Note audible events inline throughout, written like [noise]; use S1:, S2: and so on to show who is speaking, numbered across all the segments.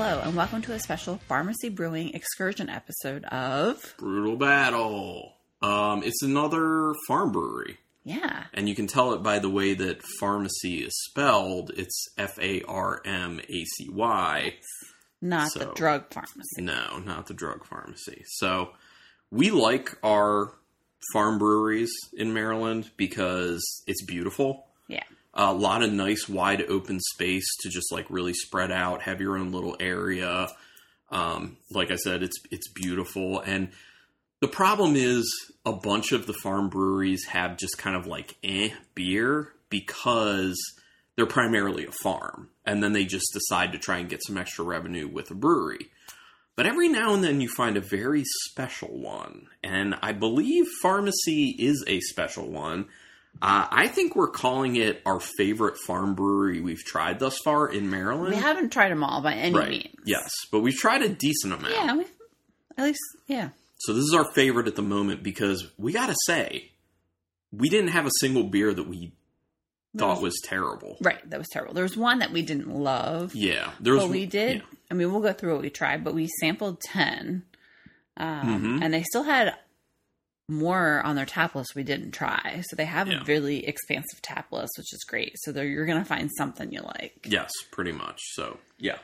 S1: welcome to a special Pharmacy Brewing excursion episode of.
S2: Brutal Battle. Um, it's another farm brewery,
S1: Yeah.
S2: and you can tell it by the way that pharmacy is spelled. It's F A R M A C Y.
S1: Not the
S2: So-
S1: drug pharmacy.
S2: No, not the drug pharmacy. So we like our farm breweries in Maryland because it's beautiful.
S1: Yeah.
S2: A lot of nice wide open space to just like really spread out, have your own little area. Um, like I said, it's it's beautiful, and the problem is a bunch of the farm breweries have just kind of like eh beer because they're primarily a farm, and then they just decide to try and get some extra revenue with a brewery. But every now and then you find a very special one, and I believe pharmacy is a special one. Uh, I think we're calling it our favorite farm brewery we've tried thus far in Maryland.
S1: We haven't tried them all by any
S2: right?
S1: means.
S2: Yes, but we've tried a decent amount.
S1: Yeah. We've, at least, yeah.
S2: So this is our favorite at the moment because we gotta say, we didn't have a single beer that we thought was terrible.
S1: Right. That was terrible. There was one that we didn't love.
S2: Yeah, there was.
S1: but we did.
S2: yeah.
S1: I mean, we'll go through what we tried, but we sampled 10. Um,
S2: Mhm.
S1: And they still had more on their tap list we didn't try. So they have
S2: Yeah.
S1: a really expansive tap list, which is great. So there- you're going to find something you like.
S2: Yes, pretty much. So yeah.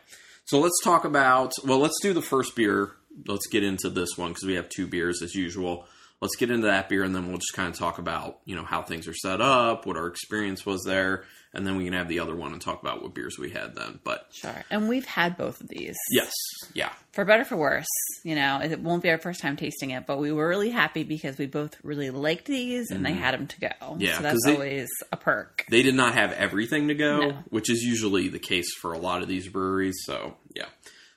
S2: So let's talk about. Well, let's do the first beer. Let's get into this one because we have two beers as usual. Let's get into that beer and then we'll just kind of talk about you know how things are set up, what our experience was there, and then we can have the other one and talk about what beers we had then. But
S1: Sure. And we've had both of these.
S2: yes, yeah,
S1: For better, for worse. You know, it won't be our first time tasting it, but we were really happy because we both really liked these and they had them to go.
S2: Mm-hmm. Yeah,
S1: So
S2: 'cause
S1: that's
S2: they-
S1: always a perk.
S2: they did not have everything to go,
S1: No.
S2: which is usually the case for a lot of these breweries. So, yeah.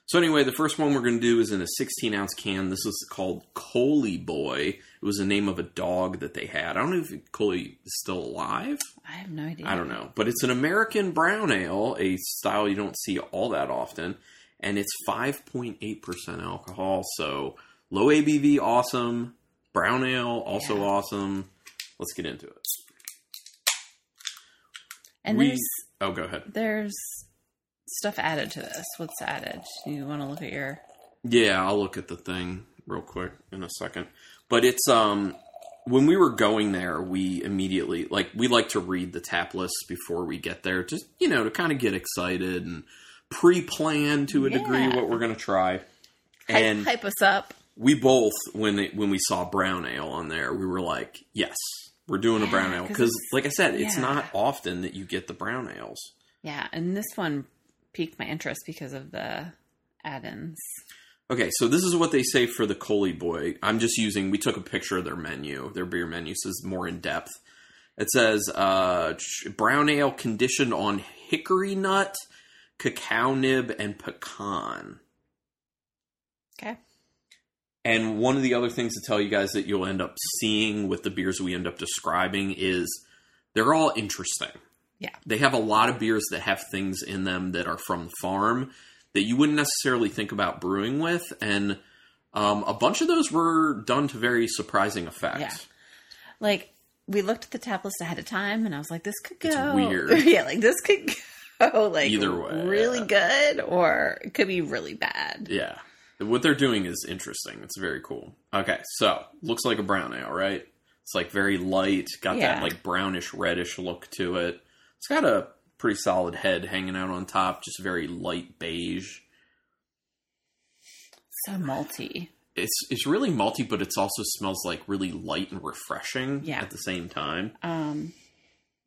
S2: So, anyway, the first one we're going to do is in a 16 ounce can. This is called Coley Boy. It was the name of a dog that they had. I don't know if Coley is still alive.
S1: I have no idea.
S2: I don't know. But it's an American brown ale, a style you don't see all that often. And it's 5.8% alcohol. So, low ABV, awesome. Brown ale, also
S1: Yeah.
S2: awesome. Let's get into it.
S1: And
S2: we-
S1: there's
S2: Oh, go ahead.
S1: there's stuff added to this. What's added? You want to look at your
S2: Yeah, I'll look at the thing real quick in a second. But it's um when we were going there, we immediately like we like to read the tap lists before we get there, just you know, to kind of get excited and pre-plan to a degree
S1: Yeah.
S2: what we're going to try.
S1: hype,
S2: And
S1: hype us up.
S2: we both when it, when we saw brown ale on there, we were like, yes, we're doing a brown
S1: Yeah,
S2: ale
S1: 'cause
S2: because
S1: it's-
S2: like I said, it's
S1: yeah.
S2: not often that you get the brown ales.
S1: Yeah, and this one piqued my interest because of the add-ins.
S2: Okay, so this is what they say for the Coley Boy. I'm just using. We took a picture of their menu. Their beer menu says more in depth. It says uh, ch- brown ale conditioned on hickory nut, cacao nib, and pecan.
S1: Okay.
S2: And one of the other things to tell you guys that you'll end up seeing with the beers we end up describing is they're all interesting.
S1: Yeah.
S2: They have a lot of beers that have things in them that are from the farm that you wouldn't necessarily think about brewing with. And um, a bunch of those were done to very surprising effect.
S1: Yeah. Like we looked at the tap list ahead of time, and I was like, "This could go
S2: It's weird.
S1: [laughs] yeah, like this could go [laughs] like
S2: Either way,
S1: really
S2: yeah.
S1: good, or it could be really bad."
S2: Yeah. What they're doing is interesting. It's very cool. Okay, so looks like a brown ale, right? It's like very light, got
S1: Yeah.
S2: that like brownish reddish look to it. It's got a pretty solid head hanging out on top, just very light beige.
S1: So malty.
S2: It's it's really malty, but it's also smells like really light and refreshing
S1: Yeah.
S2: at the same time.
S1: Um,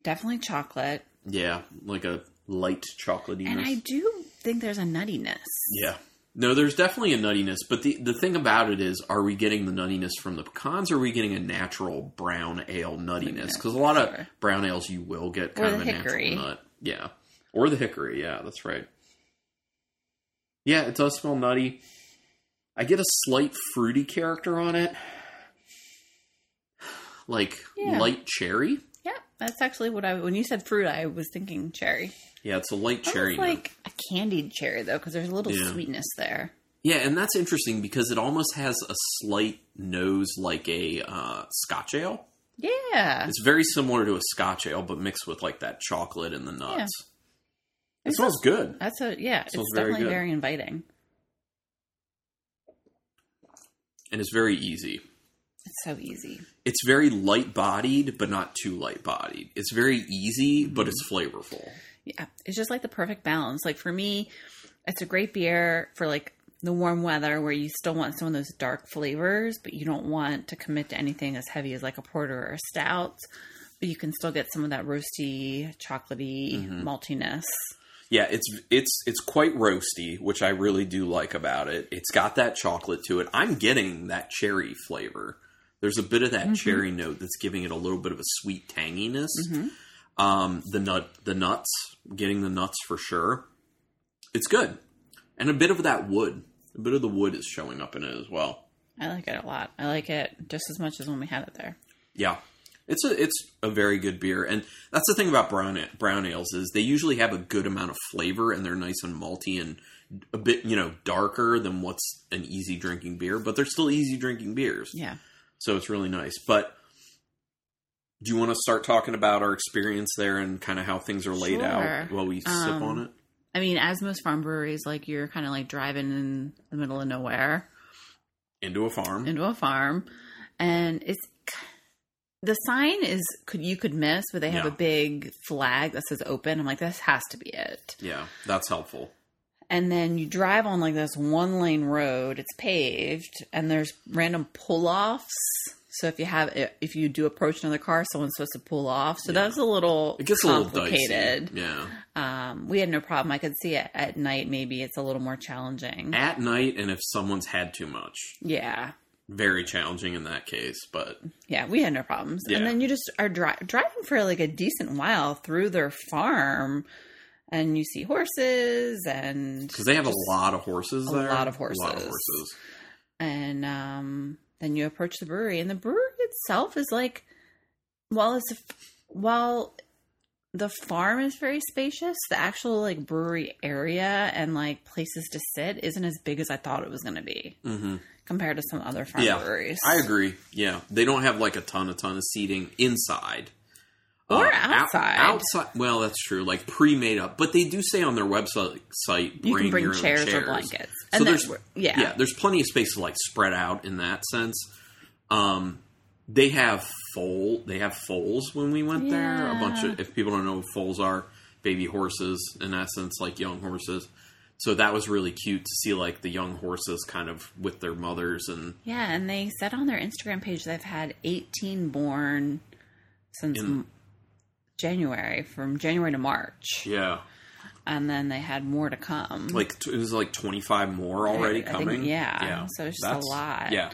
S1: definitely chocolate,
S2: Yeah, like a light chocolatiness.
S1: and I do think there's a nuttiness.
S2: Yeah. No, there's definitely a nuttiness, but the the thing about it is, are we getting the nuttiness from the pecans, or are we getting a natural brown ale nuttiness? Because a lot of
S1: Sure.
S2: brown ales you will get
S1: Or
S2: kind
S1: the
S2: of a
S1: hickory.
S2: natural nut, yeah, or the hickory, yeah, that's right. Yeah, it does smell nutty. I get a slight fruity character on it, like
S1: Yeah.
S2: light cherry.
S1: Yeah, that's actually what I when you said fruit, I was thinking cherry.
S2: Yeah, it's a light cherry.
S1: Almost
S2: note.
S1: like a candied cherry though, because there's a little
S2: Yeah.
S1: sweetness there.
S2: Yeah, and that's interesting because it almost has a slight nose like a uh, Scotch ale.
S1: Yeah,
S2: It's very similar to a Scotch ale, but mixed with like that chocolate and the nuts.
S1: Yeah.
S2: It smells good.
S1: that's a yeah. It's
S2: Smells very
S1: definitely
S2: good.
S1: very inviting.
S2: and it's very easy.
S1: It's so easy.
S2: It's very light bodied, but not too light bodied. It's very easy, but it's flavorful.
S1: Yeah. It's just like the perfect balance. Like for me, it's a great beer for like the warm weather where you still want some of those dark flavors, but you don't want to commit to anything as heavy as like a porter or a stout. But you can still get some of that roasty, chocolatey maltiness.
S2: Yeah, it's it's it's quite roasty, which I really do like about it. It's got that chocolate to it. I'm getting that cherry flavor. There's a bit of that cherry note that's giving it a little bit of a sweet tanginess.
S1: Mm-hmm.
S2: Um, the nut, the nuts, getting the nuts for sure. It's good, and a bit of that wood. A bit of the wood is showing up in it as well.
S1: I like it a lot. I like it just as much as when we had it there.
S2: Yeah. It's a it's a very good beer, and that's the thing about brown a- brown ales is they usually have a good amount of flavor, and they're nice and malty and a bit you know darker than what's an easy drinking beer, but they're still easy drinking beers,
S1: Yeah.
S2: so it's really nice. But do you want to start talking about our experience there and kind of how things are laid out
S1: Sure.
S2: while we sip
S1: Um,
S2: on it?
S1: I mean, as most farm breweries, like you're kind of like driving in the middle of nowhere
S2: Into a farm,
S1: into a farm, and it's the sign is could you could miss, but they have
S2: Yeah.
S1: a big flag that says open. I'm like, this has to be it.
S2: yeah, that's helpful.
S1: And then you drive on like this one lane road. It's paved, and there's random pull offs. So if you have if you do approach another car, someone's supposed to pull off. So that was a little
S2: It gets a little dicey,
S1: complicated.
S2: yeah.
S1: Um, we had no problem. I could see it at night. Maybe it's a little more challenging.
S2: At night, and if someone's had too much,
S1: Yeah.
S2: very challenging in that case, but
S1: Yeah, we had no problems.
S2: Yeah.
S1: And then you just are dri- driving for like a decent while through their farm and you see horses and
S2: because they have a lot of horses
S1: a
S2: there.
S1: lot of
S2: A lot of
S1: horses.
S2: horses.
S1: and um then you approach the brewery and the brewery itself is like while it's a f- while the farm is very spacious, the actual like brewery area and like places to sit isn't as big as I thought it was going to be
S2: Mhm.
S1: compared to some other farm
S2: Yeah,
S1: breweries.
S2: I agree. Yeah, they don't have like a ton, a ton of seating inside Um,
S1: Or
S2: out-
S1: outside.
S2: outside, well, that's true. Like pre-made up, but they do say on their website, site,
S1: you
S2: bring
S1: can bring
S2: your own
S1: chairs,
S2: chairs
S1: or blankets.
S2: so
S1: then-
S2: there's yeah, there's plenty of space to like spread out in that sense. Um, they have foal, they have foals when we went there. A bunch of if people don't know what foals are, baby horses in essence, like young horses. So that was really cute to see like the young horses kind of with their mothers and
S1: Yeah, and they said on their Instagram page they've had 18 born since m January, from January to March,
S2: yeah,
S1: and then they had more to come.
S2: like t- it was like 25 more already
S1: I think-
S2: coming.
S1: yeah. So it's just a lot.
S2: Yeah.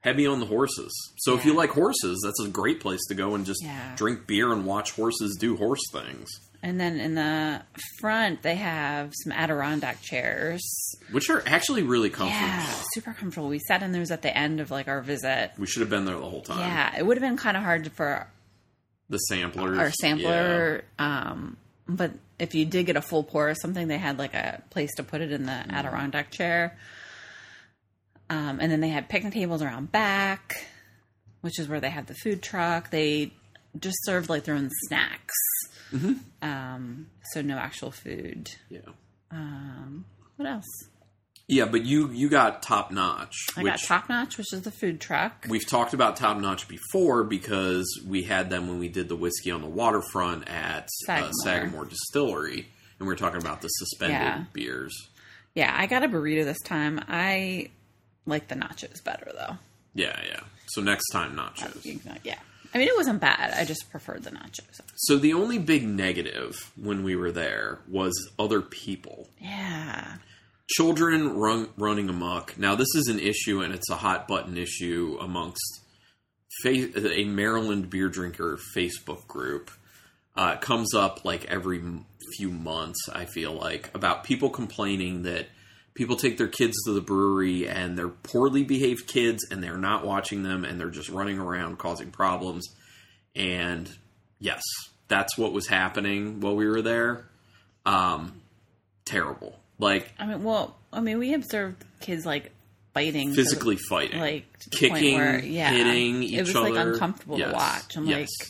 S2: Heavy on the horses. So if you like horses, that's a great place to go and just
S1: Yeah.
S2: drink beer and watch horses do horse things,
S1: and then in the front they have some Adirondack chairs.
S2: which are actually really comfortable.
S1: Yeah, super comfortable. We sat in those at the end of like our visit.
S2: We should have been there the whole time.
S1: Yeah, it would have been kind of hard for
S2: The samplers.
S1: our
S2: yeah.
S1: sampler, um, but if you did get a full pour or something, they had like a place to put it in the
S2: Mm.
S1: Adirondack chair. Um, and then they had picnic tables around back, which is where they have the food truck. They just served like their own snacks.
S2: Mm-hmm.
S1: Um, so no actual food.
S2: Yeah. Yeah.
S1: What else?
S2: but you you got top notch.
S1: I
S2: which
S1: got Top Notch, which is the food truck.
S2: We've talked about top notch before because we had them when we did the whiskey on the waterfront at Sagamore, uh,
S1: Sagamore.
S2: Sagamore Distillery, and we are talking about the suspended
S1: Yeah.
S2: beers.
S1: Yeah, I got a burrito this time. I like the nachos better though.
S2: Yeah, yeah. So next time, nachos.
S1: Yeah. I mean, it wasn't bad. I just preferred the nachos.
S2: So the only big negative when we were there was other people.
S1: Yeah.
S2: children run, running amok. Now, this is an issue, and it's a hot button issue amongst fa- a Maryland beer drinker Facebook group. Uh, it comes up like every m- few months, I feel like, about people complaining that people take their kids to the brewery and they're poorly behaved kids and they're not watching them and they're just running around causing problems. And yes, that's what was happening while we were there. Um, terrible. Like,
S1: I mean, well, I mean, we observed kids like biting, to the-
S2: physically fighting,
S1: like to the point
S2: kicking,
S1: where- yeah.
S2: hitting each
S1: It was,
S2: other.
S1: like, uncomfortable to watch. I'm
S2: yes.
S1: like-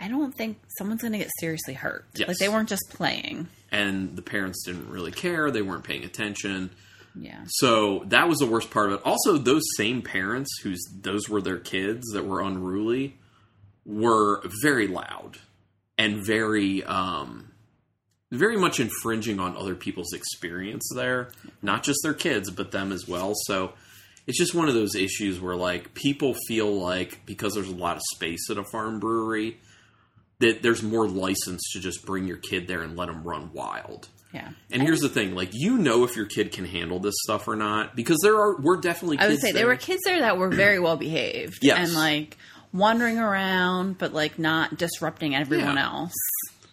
S1: I don't think someone's going to get seriously hurt.
S2: Yes.
S1: Like they weren't just playing.
S2: and the parents didn't really care; they weren't paying attention.
S1: Yeah.
S2: So that was the worst part of it. Also, those same parents whose those were their kids that were unruly were very loud and very um very much infringing on other people's experience there, not just their kids, but them as well. So it's just one of those issues where like people feel like because there's a lot of space at a farm brewery that there's more license to just bring your kid there and let them run wild.
S1: Yeah.
S2: And here's the thing, like you know if your kid can handle this stuff or not because there are we're definitely
S1: I
S2: kids
S1: would say there
S2: there.
S1: were kids there that were very well behaved
S2: Yes.
S1: and like wandering around, but like not disrupting everyone
S2: Yeah.
S1: else.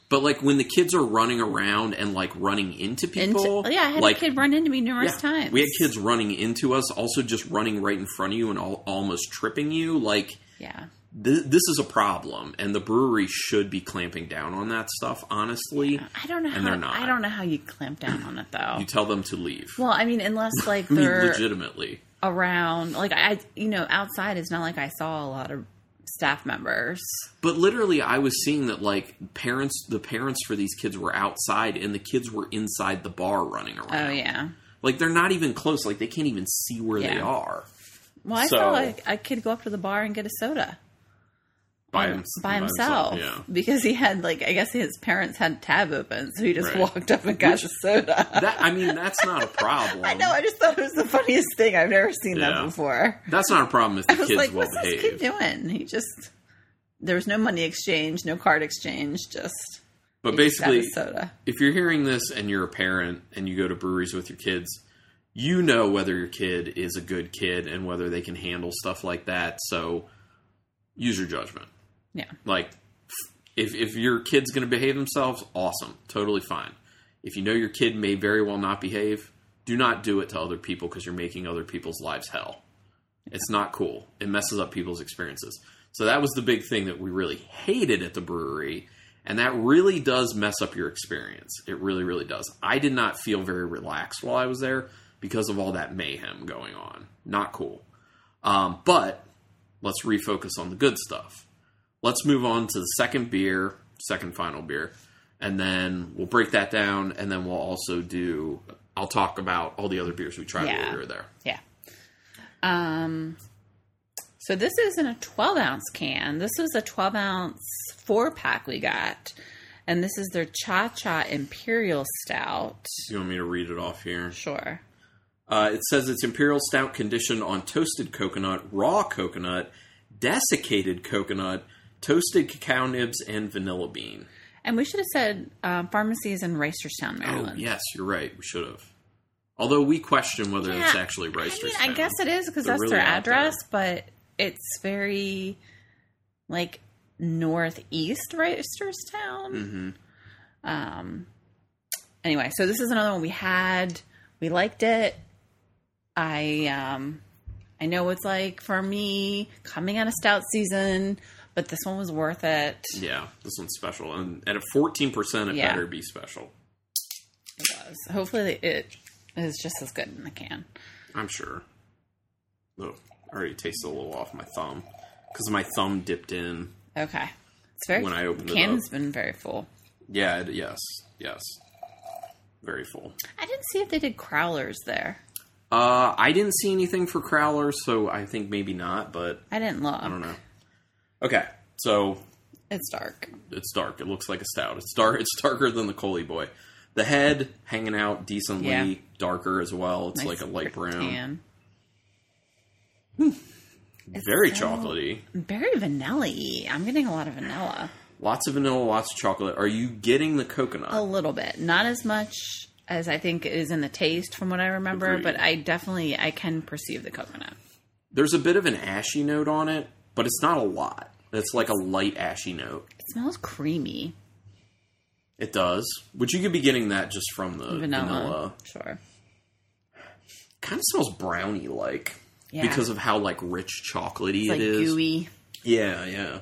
S2: but like when the kids are running around and like running into
S1: And
S2: people,
S1: yeah, I had
S2: like
S1: a kid run into me numerous
S2: yeah,
S1: times.
S2: we had kids running into us, also just running right in front of you and all, almost tripping you. Like
S1: yeah.
S2: th- this is a problem, and the brewery should be clamping down on that stuff. Honestly,
S1: I don't know.
S2: And
S1: how,
S2: they're not.
S1: I don't know how you clamp down on it though.
S2: you tell them to leave.
S1: well, I mean, unless like
S2: I mean,
S1: they're
S2: legitimately,
S1: around, like I, you know, outside. It's not like I saw a lot of staff members.
S2: But literally, I was seeing that like parents, the parents for these kids were outside, and the kids were inside the bar running around.
S1: Oh yeah.
S2: Like they're not even close. Like they can't even see where they
S1: Yeah.
S2: are.
S1: Well, I
S2: So-
S1: saw like a kid go up to the bar and get a soda
S2: By,
S1: by,
S2: him-
S1: himself
S2: Yeah.
S1: because he had like I guess his parents had a tab open, so he just
S2: Right.
S1: walked up and got the soda. [laughs]
S2: That I mean, that's not a problem.
S1: I know. I just thought it was the funniest thing. I've never seen
S2: Yeah.
S1: that before.
S2: That's not a problem if the
S1: I was
S2: kid's
S1: like,
S2: well
S1: "What's this kid
S2: behaved.
S1: doing?" He just there was no money exchange, no card exchange, just
S2: But
S1: he just got
S2: basically,
S1: a soda.
S2: if you're hearing this and you're a parent and you go to breweries with your kids, you know whether your kid is a good kid and whether they can handle stuff like that. So use your judgment.
S1: Yeah.
S2: Like, if, if your kid's going to behave themselves, awesome. Totally fine. If you know your kid may very well not behave, do not do it to other people because you're making other people's lives hell. It's not cool. It messes up people's experiences. So that was the big thing that we really hated at the brewery. And that really does mess up your experience. It really, really does. I did not feel very relaxed while I was there because of all that mayhem going on. Not cool. Um, but let's refocus on the good stuff. Let's move on to the second beer, second final beer, and then we'll break that down. And then we'll also do, I'll talk about all the other beers we tried
S1: Yeah.
S2: while we were there.
S1: Yeah. Um. So this isn't a 12 ounce can. This was a 12 ounce four pack we got, and this is their Cha Cha Imperial Stout.
S2: You want me to read it off here?
S1: Sure.
S2: Uh, it says it's imperial stout conditioned on toasted coconut, raw coconut, desiccated coconut, toasted cacao nibs, and vanilla bean.
S1: And we should have said um, pharmacies in Reisterstown,
S2: Oh,
S1: Maryland.
S2: yes, you're right. We should have. Although we question whether
S1: Yeah,
S2: it's actually rice.
S1: I, mean, I guess it is because
S2: They're
S1: that's
S2: really
S1: their
S2: out there.
S1: address, but it's very like northeast Reisterstown.
S2: Mhm.
S1: Um. Anyway, so this is another one we had. We liked it. I um, I know it's like for me coming out of stout season, but this one was worth it.
S2: Yeah, this one's special, and, and at fourteen percent, it
S1: Yeah.
S2: better be special.
S1: It was. Hopefully, it is just as good in the can.
S2: I'm sure. Oh, I already tasted a little off my thumb because my thumb dipped in.
S1: Okay, it's very
S2: When I opened it
S1: can
S2: up.
S1: has been very full.
S2: Yeah. It, yes. Yes. Very full.
S1: I didn't see if they did crowlers there.
S2: Uh, I didn't see anything for Crowler, so I think maybe not, but
S1: I didn't look.
S2: I don't know. Okay, so
S1: It's dark.
S2: it's dark. It looks like a stout. It's dark. It's darker than the Coley Boy. The head hanging out decently,
S1: Yeah.
S2: darker as well. It's
S1: Nice
S2: like a light brown,
S1: Tan.
S2: very
S1: so-
S2: chocolatey.
S1: Very vanilla I'm getting a lot of vanilla.
S2: Lots of vanilla, lots of chocolate. Are you getting the coconut?
S1: A little bit. Not as much as I think is in the taste from what I remember,
S2: Agreed.
S1: but I definitely I can perceive the coconut.
S2: There's a bit of an ashy note on it, but it's not a lot. It's like a light ashy note.
S1: It smells creamy.
S2: It does, which you could be getting that just from the
S1: Vanilla.
S2: vanilla.
S1: Sure.
S2: kind of smells brownie like
S1: Yeah.
S2: because of how like rich chocolatey
S1: It's like
S2: it is.
S1: gooey.
S2: Yeah, yeah.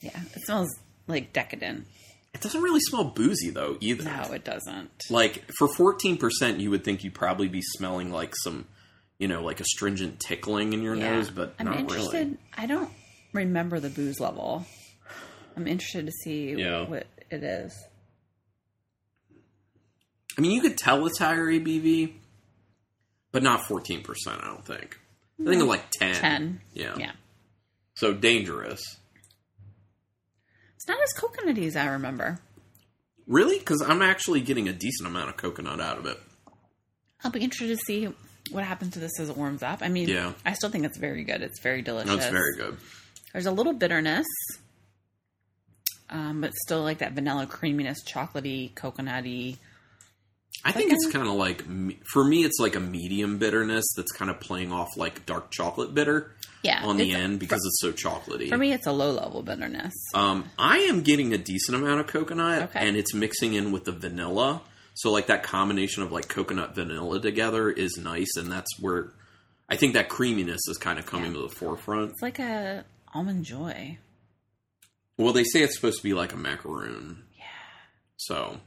S1: Yeah. It smells like decadent.
S2: It doesn't really smell boozy though either.
S1: No, it doesn't.
S2: Like for fourteen percent, you would think you'd probably be smelling like some, you know, like astringent tickling in your
S1: Yeah.
S2: nose, but
S1: I'm
S2: not
S1: interested
S2: really.
S1: I don't remember the booze level. I'm interested to see
S2: Yeah.
S1: what it is.
S2: I mean, you could tell it's higher ABV, but not 14%, I don't think. I think like 10.
S1: 10.
S2: Yeah.
S1: Yeah.
S2: So dangerous.
S1: It's not as coconutty as I remember.
S2: Really? Because I'm actually getting a decent amount of coconut out of it.
S1: I'll be interested to see what happens to this as it warms up. I mean,
S2: Yeah.
S1: I still think it's very good. It's very delicious.
S2: That's very good.
S1: There's a little bitterness, um, but still like that vanilla creaminess, chocolatey, coconutty.
S2: I think it's kind of like, me- for me, it's like a medium bitterness that's kind of playing off like dark chocolate bitter
S1: Yeah.
S2: on the
S1: it's-
S2: end because it's so chocolatey.
S1: For me, it's a low level bitterness.
S2: Um, I am getting a decent amount of coconut,
S1: Okay.
S2: and it's mixing in with the vanilla. So like that combination of like coconut vanilla together is nice, and that's where I think that creaminess is kind of coming to the forefront.
S1: It's like a almond joy.
S2: Well, they say it's supposed to be like a macaroon. Yeah. So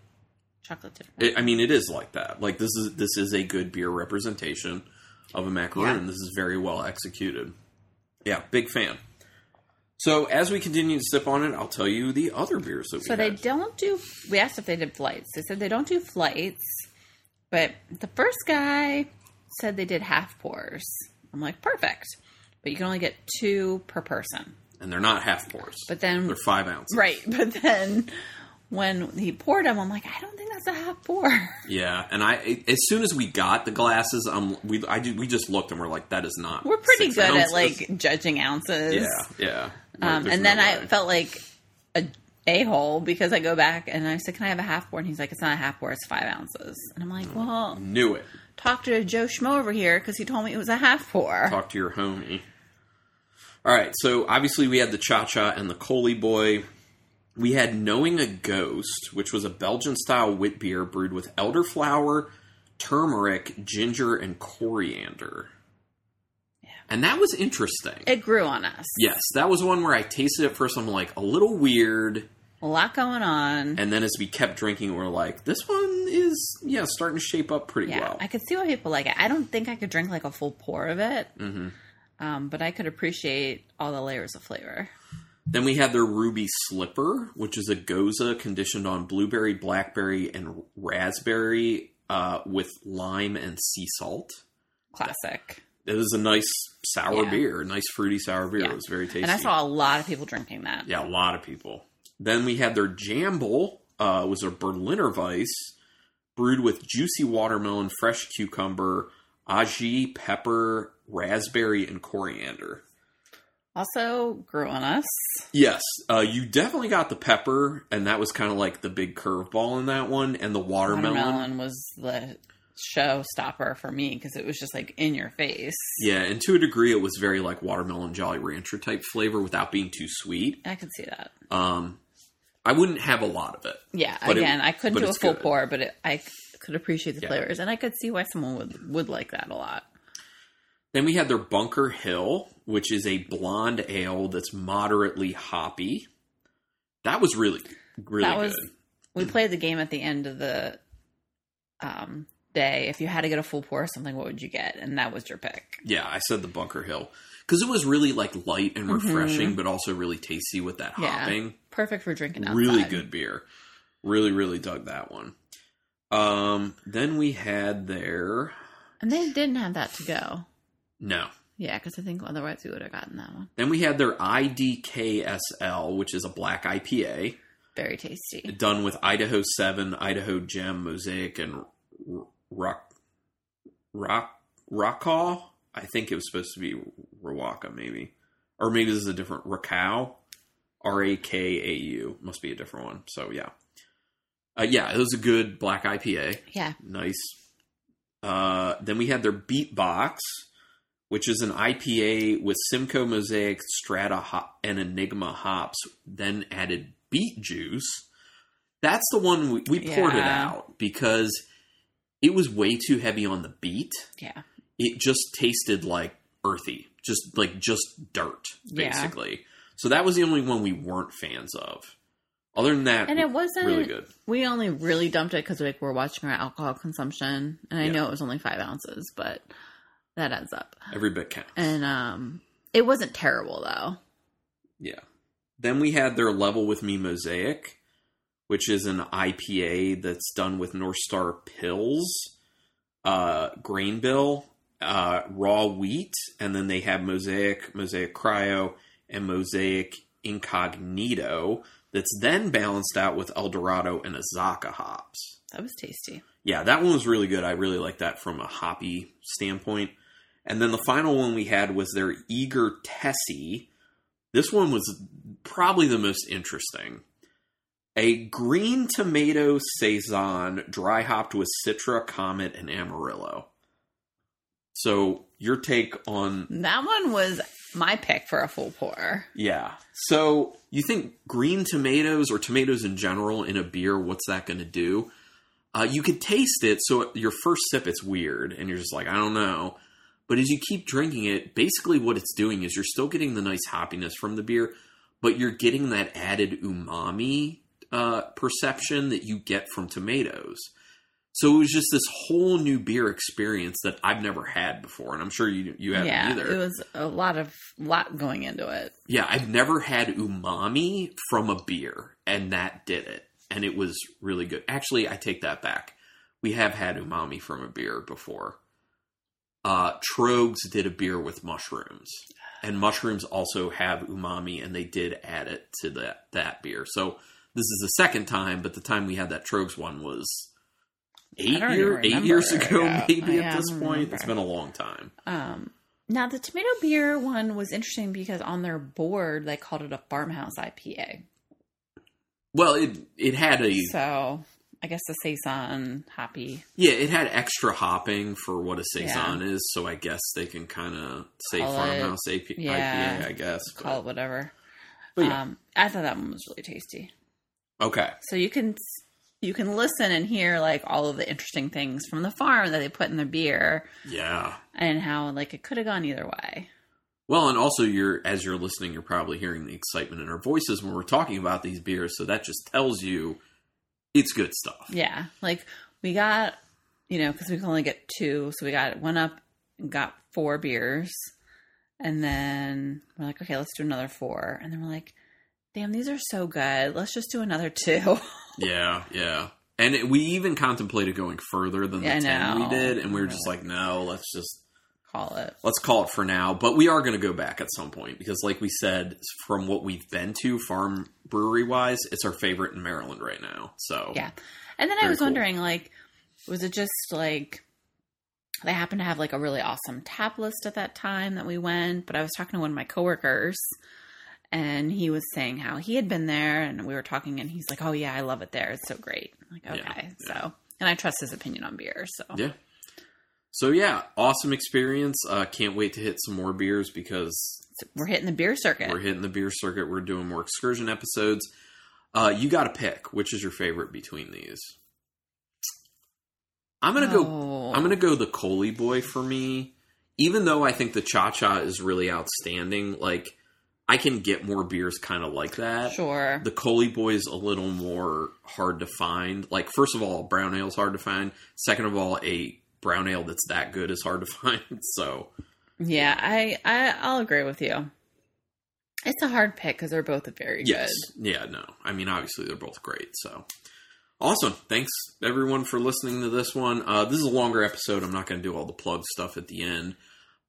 S1: Chocolate different.
S2: it, I mean, it is like that. Like this is this is a good beer representation of a macaroon.
S1: Yeah.
S2: This is very well executed. Yeah, big fan. So as we continue to sip on it, I'll tell you the other beers that we
S1: So they
S2: had.
S1: don't do. We asked if they did flights. They said they don't do flights, but the first guy said they did half pours. I'm like, perfect. But you can only get two per person.
S2: and they're not half pours.
S1: But then,
S2: They're five ounces.
S1: right? [laughs] But then when he poured them, I'm like, I don't think that's a half pour. [laughs]
S2: Yeah, and I as soon as we got the glasses, um, we I did, we just looked and we're like, that is not.
S1: We're pretty
S2: six
S1: good
S2: ounces.
S1: at like judging ounces.
S2: Yeah, yeah.
S1: Um,
S2: There's
S1: and
S2: no
S1: then I
S2: way.
S1: felt like a a hole because I go back and I said, "Can I have a half pour?" And he's like, "It's not a half pour; it's five ounces." And I'm like,
S2: Oh.
S1: "Well,
S2: knew it.
S1: talk to Joe Schmo over here because he told me it was a half pour."
S2: Talk to your homie. All right, so obviously we had the Cha Cha and the Coley Boy. We had Knowing a Ghost, which was a Belgian style wit beer brewed with elderflower, turmeric, ginger, and coriander. And that was interesting.
S1: It grew on us.
S2: yes, that was one where I tasted it first. I'm like, a little weird.
S1: A lot going on.
S2: And then as we kept drinking, we're like, this one is yeah starting to shape up pretty
S1: yeah,
S2: well.
S1: I could see why people like it. I don't think I could drink like a full pour of it, mm-hmm. um, but I could appreciate all the layers of flavor.
S2: then we had their Ruby Slipper, which is a goza conditioned on blueberry, blackberry, and raspberry uh, with lime and sea salt.
S1: Classic.
S2: It was a nice sour
S1: Yeah.
S2: beer, a nice fruity sour beer.
S1: Yeah.
S2: It was very tasty.
S1: And I saw a lot of people drinking that.
S2: yeah, a lot of people. Then we had their Jamble, uh, was a Berliner Weiss brewed with juicy watermelon, fresh cucumber, aji, pepper, raspberry, and coriander.
S1: Also grew on us.
S2: Yes, uh, you definitely got the pepper, and that was kind of like the big curveball in that one, and the watermelon.
S1: Watermelon was the show stopper for me because it was just like in your face.
S2: Yeah, and to a degree, it was very like watermelon Jolly Rancher type flavor without being too sweet.
S1: I could see that.
S2: Um, I wouldn't have a lot of it.
S1: Yeah,
S2: But it-
S1: again, I couldn't
S2: but
S1: do a
S2: it's
S1: full
S2: good.
S1: pour, but it, I c- could appreciate the
S2: Yeah.
S1: flavors, and I could see why someone would would like that a lot.
S2: Then we had their Bunker Hill, which is a blonde ale that's moderately hoppy. That was really, really
S1: That was-
S2: good. Mm.
S1: We played the game at the end of the um, day. If you had to get a full pour of something, what would you get? And that was your pick.
S2: Yeah, I said the Bunker Hill because it was really like light and refreshing, but also really tasty with that
S1: Mm-hmm. Yeah.
S2: hopping.
S1: Perfect for drinking outside.
S2: really good beer. Really, really dug that one. Um, then we had their
S1: And they didn't have that to go.
S2: no.
S1: Yeah, because I think otherwise we would have gotten that one.
S2: Then we had their IDKSL, which is a black IPA
S1: Very tasty.
S2: done with Idaho Seven, Idaho Gem, Mosaic, and R- Rock Rock Rockaw. I think it was supposed to be Rawaka, maybe, or maybe this is a different Rakau. R A K A U must be a different one. So yeah, uh, yeah, it was a good black IPA.
S1: Yeah,
S2: Nice. Uh, then we had their Beatbox, which is an IPA with Simcoe Mosaic, Strata hop, and Enigma hops, then added beet juice. That's the one we, we poured it
S1: Yeah.
S2: out because it was way too heavy on the beet.
S1: yeah,
S2: It just tasted like earthy, just like just dirt,
S1: Yeah.
S2: basically. So that was the only one we weren't fans of. Other than that,
S1: and it wasn't
S2: really good.
S1: We only really dumped it because like we're watching our alcohol consumption, and I
S2: Yeah.
S1: know it was only five ounces, but that adds up.
S2: Every bit counts.
S1: And um, it wasn't terrible though.
S2: Yeah. Then we had their Level With Me Mosaic, which is an IPA that's done with North Star Pills, uh, Grain Bill, uh, raw wheat, and then they have mosaic, mosaic cryo, and mosaic incognito. That's then balanced out with Eldorado and Azaka hops.
S1: That was tasty.
S2: Yeah, that one was really good. I really like that from a hoppy standpoint. And then the final one we had was their Eager Tessie. This one was probably the most interesting. A green tomato saison dry hopped with Citra, Comet, and Amarillo. So your take on
S1: That one was my pick for a full pour.
S2: yeah. So you think green tomatoes or tomatoes in general in a beer, what's that going to do? Uh, you could taste it. So at your first sip, it's weird, and you're just like, I don't know. But as you keep drinking it, basically what it's doing is you're still getting the nice hoppiness from the beer, but you're getting that added umami uh, perception that you get from tomatoes. So it was just this whole new beer experience that I've never had before, and I'm sure you you haven't
S1: yeah,
S2: either.
S1: it was a lot of lot going into it.
S2: Yeah, I've never had umami from a beer, and that did it. And it was really good. Actually, I take that back. We have had umami from a beer before. Uh, Trogs did a beer with mushrooms, and mushrooms also have umami, and they did add it to that that beer. So this is the second time, but the time we had that Trogs one was eight
S1: don't even
S2: year, eight
S1: remember.
S2: years ago,
S1: Yeah.
S2: maybe
S1: Yeah, I
S2: at this
S1: don't
S2: point.
S1: remember.
S2: It's been a long time.
S1: Um, now the tomato beer one was interesting because on their board they called it a farmhouse IPA.
S2: Well, it it had a
S1: So I guess the saison hoppy.
S2: Yeah, it had extra hopping for what a saison is, so I guess they can kind of say
S1: Call it-
S2: farmhouse AP,
S1: yeah,
S2: IPA, I guess. but-
S1: call it whatever.
S2: But yeah.
S1: Um, I thought that one was really tasty.
S2: okay,
S1: So you can you can listen and hear like all of the interesting things from the farm that they put in the beer
S2: yeah.
S1: and how like it could have gone either way.
S2: Well, and also you're as you're listening, you're probably hearing the excitement in our voices when we're talking about these beers, so that just tells you it's good stuff.
S1: Yeah, like we got you know because we can only get two, so we got one up, and got four beers, and then we're like, okay, let's do another four, and then we're like, damn, these are so good, let's just do another two. [laughs]
S2: Yeah, yeah. And it, we even contemplated going further than the
S1: Yeah, I
S2: ten
S1: know.
S2: we did, and we were just
S1: Really.
S2: like, no, let's just
S1: Call it.
S2: let's call it for now. But we are going to go back at some point because, like we said, from what we've been to farm brewery wise, it's our favorite in Maryland right now. So
S1: Yeah. And then I
S2: Very
S1: was
S2: cool.
S1: wondering, like, was it just like they happened to have like a really awesome tap list at that time that we went? But I was talking to one of my coworkers and he was saying how he had been there and we were talking and he's like, Oh yeah, I love it there. It's so great. I'm like,
S2: Yeah,
S1: okay.
S2: yeah.
S1: So and I trust his opinion on beer, so
S2: Yeah. So yeah, awesome experience. Uh, can't wait to hit some more beers because
S1: we're hitting the beer circuit.
S2: we're hitting the beer circuit. We're doing more excursion episodes. Uh, you got to pick which is your favorite between these. I'm gonna go
S1: Oh.
S2: I'm gonna go the Coley boy for me. Even though I think the Cha Cha is really outstanding, like I can get more beers kind of like that.
S1: sure.
S2: The Coley boy is a little more hard to find. Like first of all, brown ale is hard to find. Second of all, a brown ale that's that good is hard to [laughs] find. So
S1: yeah, I, I I'll agree with you. It's a hard pick because they're both very
S2: yes,
S1: good.
S2: yeah, no. I mean, obviously they're both great. So awesome. Thanks everyone for listening to this one. Uh, this is a longer episode. I'm not going to do all the plug stuff at the end.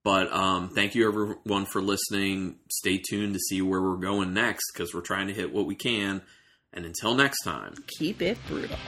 S2: But um, thank you, everyone, for listening. Stay tuned to see where we're going next because we're trying to hit what we can. And until next time.
S1: Keep it brutal.